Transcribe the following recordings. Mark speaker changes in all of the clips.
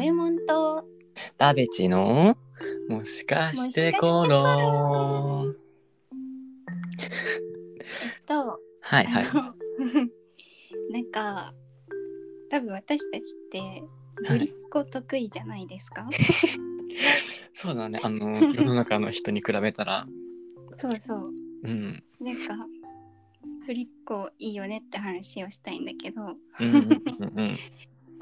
Speaker 1: えもんと
Speaker 2: ダベチのもしかしてコロ
Speaker 1: えっと
Speaker 2: はいはい
Speaker 1: あの なんか多分私たちってぶりっ子得意じゃないですか、
Speaker 2: そうだねあの世の中の人に比べたら
Speaker 1: そうそう
Speaker 2: うん
Speaker 1: なんかぶりっ子いいよねって話をしたいんだけど
Speaker 2: うんうんうんうん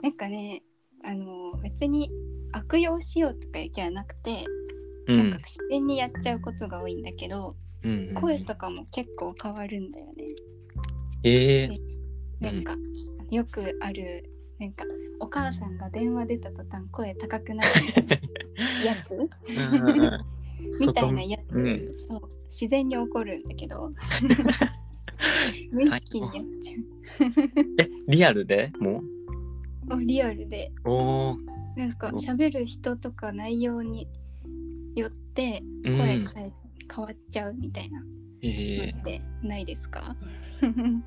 Speaker 1: なんかねあの別に悪用しようとかいう気はなくて、
Speaker 2: うん
Speaker 1: なんか自然にやっちゃうことが多いんだけど、
Speaker 2: うんうん
Speaker 1: 声とかも結構変わるんだよね。
Speaker 2: えー
Speaker 1: なんか、よくあるなんかお母さんが電話出た途端声高くなるや つ
Speaker 2: うんうんうん
Speaker 1: みたいなやつ、
Speaker 2: うん
Speaker 1: そう自然に起こるんだけ ど無意識にやっちゃ
Speaker 2: えリアルでも
Speaker 1: う。リアルで
Speaker 2: うおお
Speaker 1: なんか
Speaker 2: そう
Speaker 1: 喋る人とか内容によって
Speaker 2: う
Speaker 1: 声変え、
Speaker 2: ん
Speaker 1: 変わっちゃうみたいな
Speaker 2: えー
Speaker 1: のってないですか、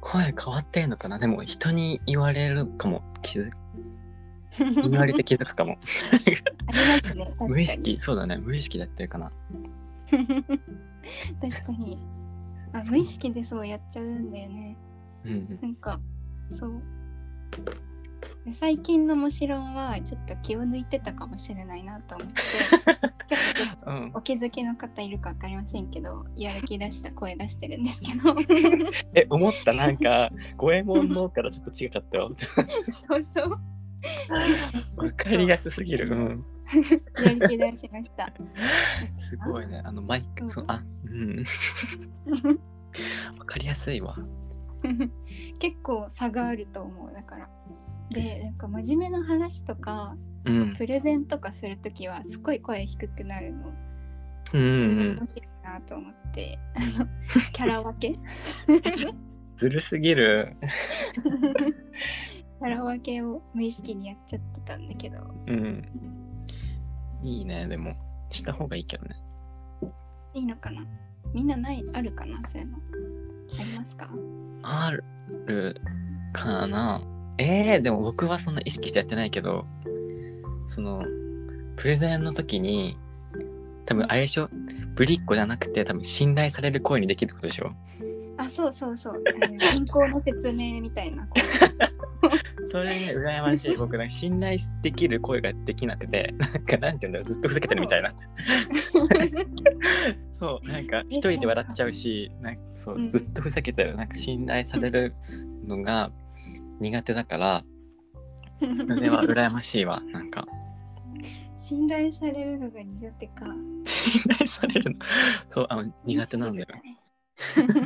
Speaker 2: 声変わってんのかなでも人に言われるかも気づ言われて気づくかも
Speaker 1: ありますね確かに
Speaker 2: 無意識そうだね無意識でやってるかな
Speaker 1: 確かにあ無意識でそうやっちゃうんだよね
Speaker 2: うんうん
Speaker 1: なんかそうで最近のもしろんはちょっと気を抜いてたかもしれないなと 思ってちょっとちょっと
Speaker 2: うん
Speaker 1: お気づきの方いるか分かりませんけどやる気出した声出してるんですけど
Speaker 2: え思ったなんか五右衛門のからちょっと違かったよ
Speaker 1: そうそう
Speaker 2: わかりやすすぎるうん
Speaker 1: やる気出しました
Speaker 2: すごいねあのマイ
Speaker 1: う
Speaker 2: ク
Speaker 1: ん
Speaker 2: そのあ うんわかりやすいわ
Speaker 1: 結構差があると思うだからでなんか真面目な話とか
Speaker 2: うん
Speaker 1: プレゼンとかするときはすごい声低くなるの、
Speaker 2: うんう
Speaker 1: それ
Speaker 2: ん
Speaker 1: 面白いなと思ってあのキャラ分けキ
Speaker 2: ずるすぎる
Speaker 1: ャラ分けを無意識にやっちゃってたんだけど
Speaker 2: うんいいねでもした方がいいけどね
Speaker 1: いいのかなみんなないあるかなそういうのありますか
Speaker 2: あるかなえー、でも僕はそんな意識してやってないけどそのプレゼンの時に多分あれでしょぶりっ子じゃなくて多分信頼される声にできるってことでしょ
Speaker 1: あそうそうそうあの銀行の説明みたいなこ
Speaker 2: それね羨ましい僕なんか信頼できる声ができなくてなんかなんて言うんだろうずっとふざけてるみたいなそうなんか一人で笑っちゃうしなんかそう
Speaker 1: うん
Speaker 2: ずっとふざけてるなんか信頼されるのが苦手だから
Speaker 1: う
Speaker 2: それは羨ましいわなんか
Speaker 1: 信頼されるのが苦手か
Speaker 2: 信頼されるのそうあの苦手なんだよ
Speaker 1: 無意識だね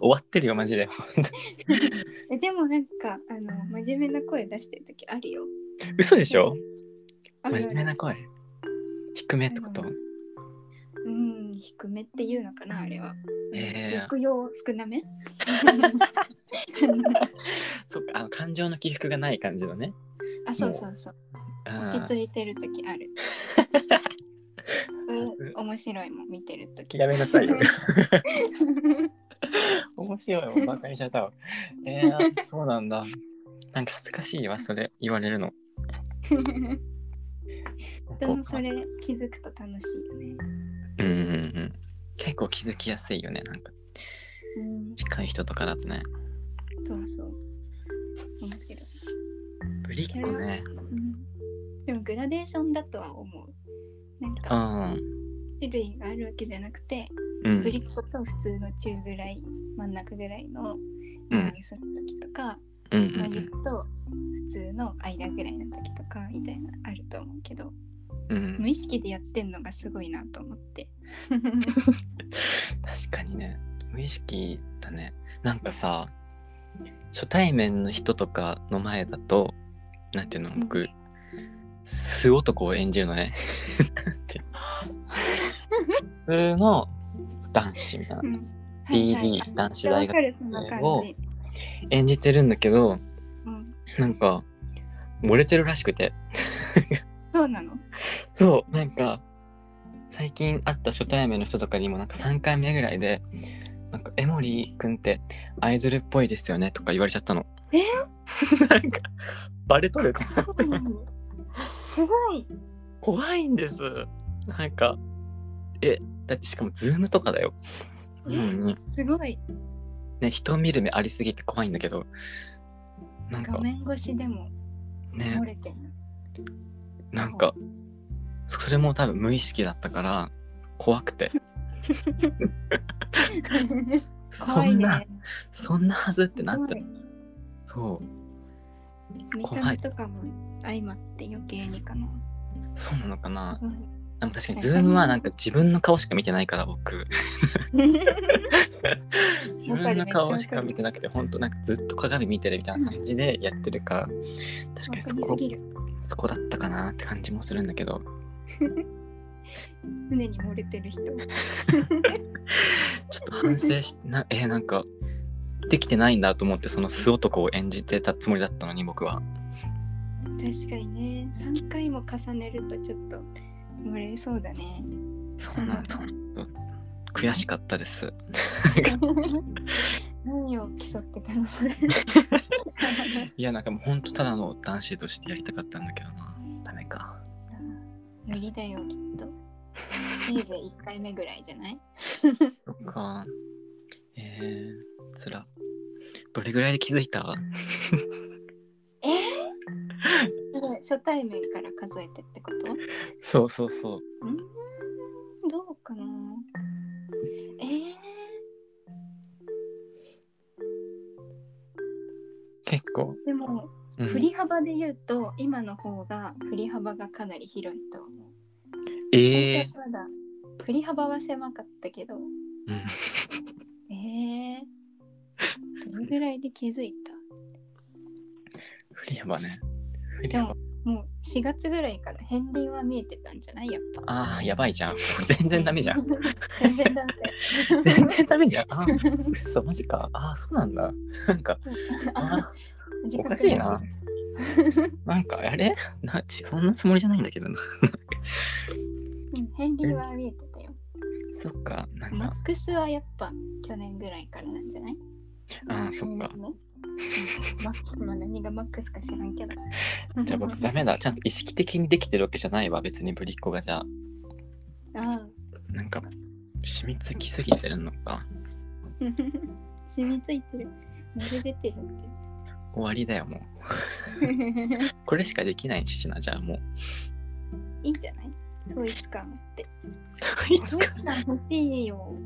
Speaker 2: 終わってるよマジで
Speaker 1: えでもなんかあの真面目な声出してる時あるよ。
Speaker 2: 嘘でしょ
Speaker 1: あるある
Speaker 2: 真面目な声低めってこと
Speaker 1: うんうん低めっていうのかなあれは。
Speaker 2: えー
Speaker 1: 抑揚少な め。
Speaker 2: そっかあの感情の起伏がない感じのね
Speaker 1: あそうそうそう
Speaker 2: うん
Speaker 1: 落ち着いてる時 ある。うん面白いもん見てる時。
Speaker 2: やめなさいよ面 白いもんバカにしちゃったわえー、そうなんだなんか恥ずかしいわそれ言われるの
Speaker 1: でもそれ気づくと楽しいよね。
Speaker 2: うんうんうん結構気づきやすいよねなんか
Speaker 1: うん
Speaker 2: 近い人とかだとね
Speaker 1: そうそう面白い。
Speaker 2: ぶりっ子ね
Speaker 1: うんでもグラデーションだとは思う。なん
Speaker 2: う
Speaker 1: か
Speaker 2: ん
Speaker 1: 種類があるわけじゃなくて、
Speaker 2: うん
Speaker 1: ぶりっ子と普通の中ぐらい真ん中ぐらいの
Speaker 2: うん
Speaker 1: ようにする時とか、
Speaker 2: うんう
Speaker 1: マジッ
Speaker 2: ん
Speaker 1: クと普通の間ぐらいの時とかみたいなあると思うけど、
Speaker 2: うん
Speaker 1: 無意識でやってんのがすごいなと思って。
Speaker 2: 確かにね無意識だねなんかさ初対面の人とかの前だとなんていうの
Speaker 1: う
Speaker 2: 僕素男を演じるの ねなんていうの普通の男子みたいな
Speaker 1: うんはい
Speaker 2: DD、
Speaker 1: はいあ
Speaker 2: 男子
Speaker 1: じゃあわ
Speaker 2: 大
Speaker 1: か
Speaker 2: 学
Speaker 1: るそんな感じ。
Speaker 2: 演じてるんだけど
Speaker 1: うん、
Speaker 2: なんか漏れてるらしくて
Speaker 1: そうなの。
Speaker 2: そうなんか最近会った初対面の人とかにもなんか3回目ぐらいで「なんかエモリー君ってアイドルっぽいですよね」 とか言われちゃったの。
Speaker 1: え
Speaker 2: なんかバレとると思って
Speaker 1: うんすごい
Speaker 2: 怖いんですなんかえだってしかもズームとかだよなのに
Speaker 1: すごい
Speaker 2: ね人を見る目ありすぎて怖いんだけどなんか
Speaker 1: 画面越しでも
Speaker 2: ね
Speaker 1: 漏れてる、
Speaker 2: なんかそれも多分無意識だったから怖くて
Speaker 1: 怖い
Speaker 2: そんな
Speaker 1: ね
Speaker 2: そんなはずってなって
Speaker 1: す
Speaker 2: そう
Speaker 1: ごい見た目とかも相まって余計にかな、
Speaker 2: そうなのかな
Speaker 1: うん
Speaker 2: でも確かにズームはなんか自分の顔しか見てないから僕 自分の顔しか見てなくて本当なんかずっと鏡見てるみたいな感じでやってるから確かにそ
Speaker 1: わ
Speaker 2: こ
Speaker 1: かりすぎる
Speaker 2: そこだったかなって感じもするんだけど
Speaker 1: 常に漏れてる 人
Speaker 2: ちょっと反省しな えーなんかできてないんだと思ってその素男を演じてたつもりだったのに僕は
Speaker 1: 確かにね3回も重ねるとちょっと漏れそうだね
Speaker 2: そうなんそうそう悔しかったです
Speaker 1: 何を競ってたの それ
Speaker 2: いやなんかもうほんとただの男子としてやりたかったんだけどなダメか
Speaker 1: 無理だよきっとせいぜい1回目ぐらいじゃない
Speaker 2: そっかえー、つらどれぐらいで気づいた
Speaker 1: えー、初対面から数えてってこと
Speaker 2: そうそうそう
Speaker 1: うーんどうかなえー、
Speaker 2: 結構、
Speaker 1: でも
Speaker 2: うん
Speaker 1: 振り幅で言うと今の方が振り幅がかなり広いと思う。
Speaker 2: え
Speaker 1: 最初はまだ振り幅は狭かったけど
Speaker 2: ーうん、
Speaker 1: えー、どれぐらいで気づい
Speaker 2: 振り幅ね振り
Speaker 1: たで
Speaker 2: 幅
Speaker 1: ももう4月ぐらいから片鱗は見えてたんじゃないやっぱ。
Speaker 2: あーやばいじゃん 全然ダメじ ゃん。
Speaker 1: 全然ダメ。
Speaker 2: 全然ダメじゃん。あ ー、うそ、マジか。あー、そうなんだ。なんか、
Speaker 1: あ
Speaker 2: あ
Speaker 1: 自
Speaker 2: ー
Speaker 1: 覚
Speaker 2: おか
Speaker 1: が
Speaker 2: しいな。 なんか、あれ なちそんなつもりじゃないんだけどな。
Speaker 1: うん片鱗は見えてたよ。
Speaker 2: そっか、なん
Speaker 1: マ
Speaker 2: か、
Speaker 1: ックスはやっぱ去年ぐらいからなんじゃない
Speaker 2: あー、そっか
Speaker 1: みん。なねうんマックス も何がマックスか知らんけど。
Speaker 2: じゃあ僕、ダメだ。ちゃんと意識的にできてるわけじゃないわ。別にぶりっ子がじゃあ、
Speaker 1: ああ。
Speaker 2: なんか、染みつきすぎてるのか。
Speaker 1: 染みついてる。漏れ出てるって
Speaker 2: 終わりだよ、もう。
Speaker 1: 言って。
Speaker 2: これしかできないしな、じゃあもう。
Speaker 1: いいんじゃない統一感って。
Speaker 2: 統一
Speaker 1: 統
Speaker 2: 感
Speaker 1: 一感欲しいよ。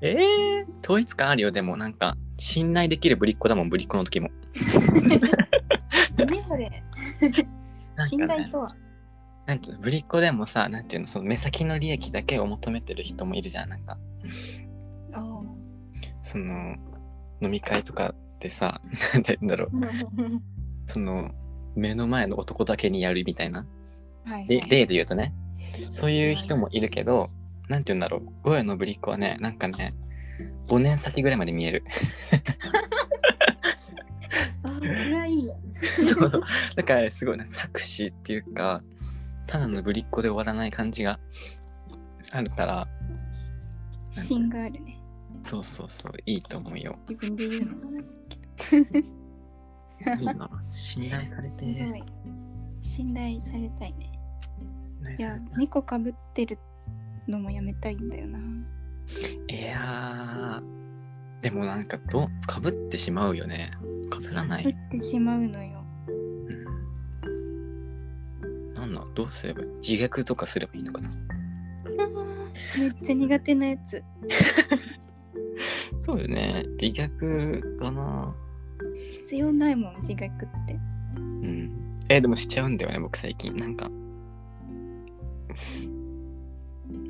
Speaker 2: えー、統一感あるよ、でも、なんか、信頼できるぶりっ子だもん、ぶりっ子の時も。
Speaker 1: 何それ
Speaker 2: なんか
Speaker 1: 信
Speaker 2: ね
Speaker 1: 頼とは。
Speaker 2: なんていうのぶりっ子でもさなんていうのその目先の利益だけを求めてる人もいるじゃんなんか
Speaker 1: ああ
Speaker 2: その飲み会とかでさ 何て言うんだろう その目の前の男だけにやるみたいな
Speaker 1: はい
Speaker 2: で
Speaker 1: はい
Speaker 2: 例で言うとねそういう人もいるけど何て言うんだろう声のぶりっ子はねなんかね5年先ぐらいまで見える
Speaker 1: ああ、それはいいね。
Speaker 2: そうそう だからすごいね作詞っていうかただのぶりっ子で終わらない感じがあるから
Speaker 1: 芯があるね。
Speaker 2: そうそうそういいと思 うよ
Speaker 1: 自分で言うのもなんか
Speaker 2: いいな信頼されて
Speaker 1: すごい。信頼されたいね。
Speaker 2: ね
Speaker 1: いや、猫かぶってるのもやめたいんだよな。
Speaker 2: いやーでもなんかどかぶってしまうよねかぶらな
Speaker 1: かぶっ
Speaker 2: い、
Speaker 1: てしまうのよ。
Speaker 2: うん、なんなんどうすればいい自虐とかすればいいのかな
Speaker 1: めっちゃ苦手なやつ。
Speaker 2: そうよね自虐かな
Speaker 1: 必要ないもん、自虐って。
Speaker 2: うんえーでもしちゃうんだよね僕最近なんか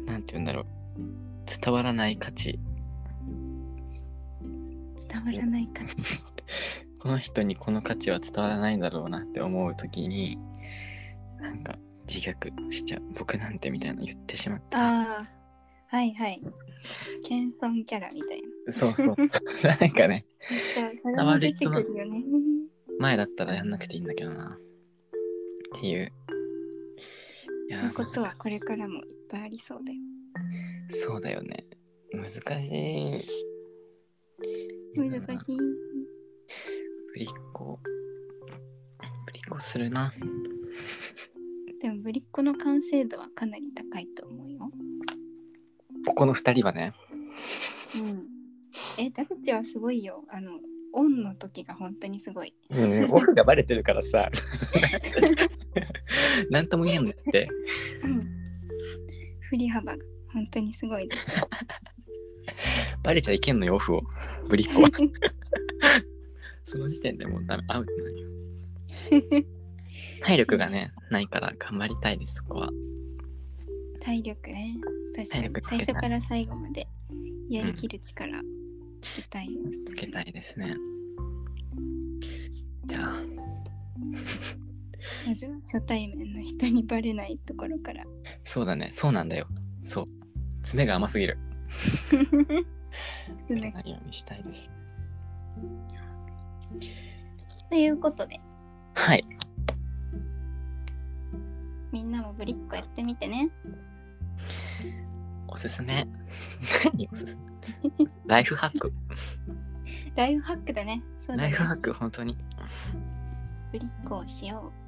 Speaker 2: なんて言うんだろう伝わらない価値
Speaker 1: 伝わらない感じ。
Speaker 2: この人にこの価値は伝わらないんだろうなって思う時になんか自虐しちゃう僕なんてみたいな言ってしまった
Speaker 1: ああ、はいはい。謙遜キャラみたいな。
Speaker 2: そうそう なんかね
Speaker 1: じゃあ、それも出てくるよね。
Speaker 2: 前だったらやんなくていいんだけどなっていういや
Speaker 1: と
Speaker 2: ー
Speaker 1: いうことは、これからもいっぱいありそうだよ。
Speaker 2: そうだよね難しい
Speaker 1: 難しい。
Speaker 2: ぶりっ子ぶりっ子するな
Speaker 1: でもぶりっ子の完成度はかなり高いと思うよ。
Speaker 2: ここの2人はね
Speaker 1: うん。え、田口はすごいよ。あの、オンの時が本当にすごい。
Speaker 2: うんオフがバレてるからさ なんとも言えんのやって
Speaker 1: うん。振り幅が本当にすごいです。
Speaker 2: バレちゃいけんのよオフをぶりっ 子はその時点でもうダメアウトなんよ体力がねないから頑張りたいですそこは
Speaker 1: 体力ね。確か
Speaker 2: 体
Speaker 1: に
Speaker 2: 力つけた
Speaker 1: 最
Speaker 2: い
Speaker 1: 初から最後までやりきる力つけたいです。
Speaker 2: つけたいですねいやー
Speaker 1: まずは初対面の人にバレないところから。
Speaker 2: そうだねそうなんだよそう爪が甘すぎる
Speaker 1: 進 め
Speaker 2: ないようにしたいです
Speaker 1: ということで、
Speaker 2: はい
Speaker 1: みんなもぶりっ子やってみてね。
Speaker 2: おすす め何おすすめライフハック
Speaker 1: ライフハックだね。そう
Speaker 2: ラ
Speaker 1: だ
Speaker 2: イ
Speaker 1: ね
Speaker 2: フ。ハック本当に
Speaker 1: ぶりっ子をしよう。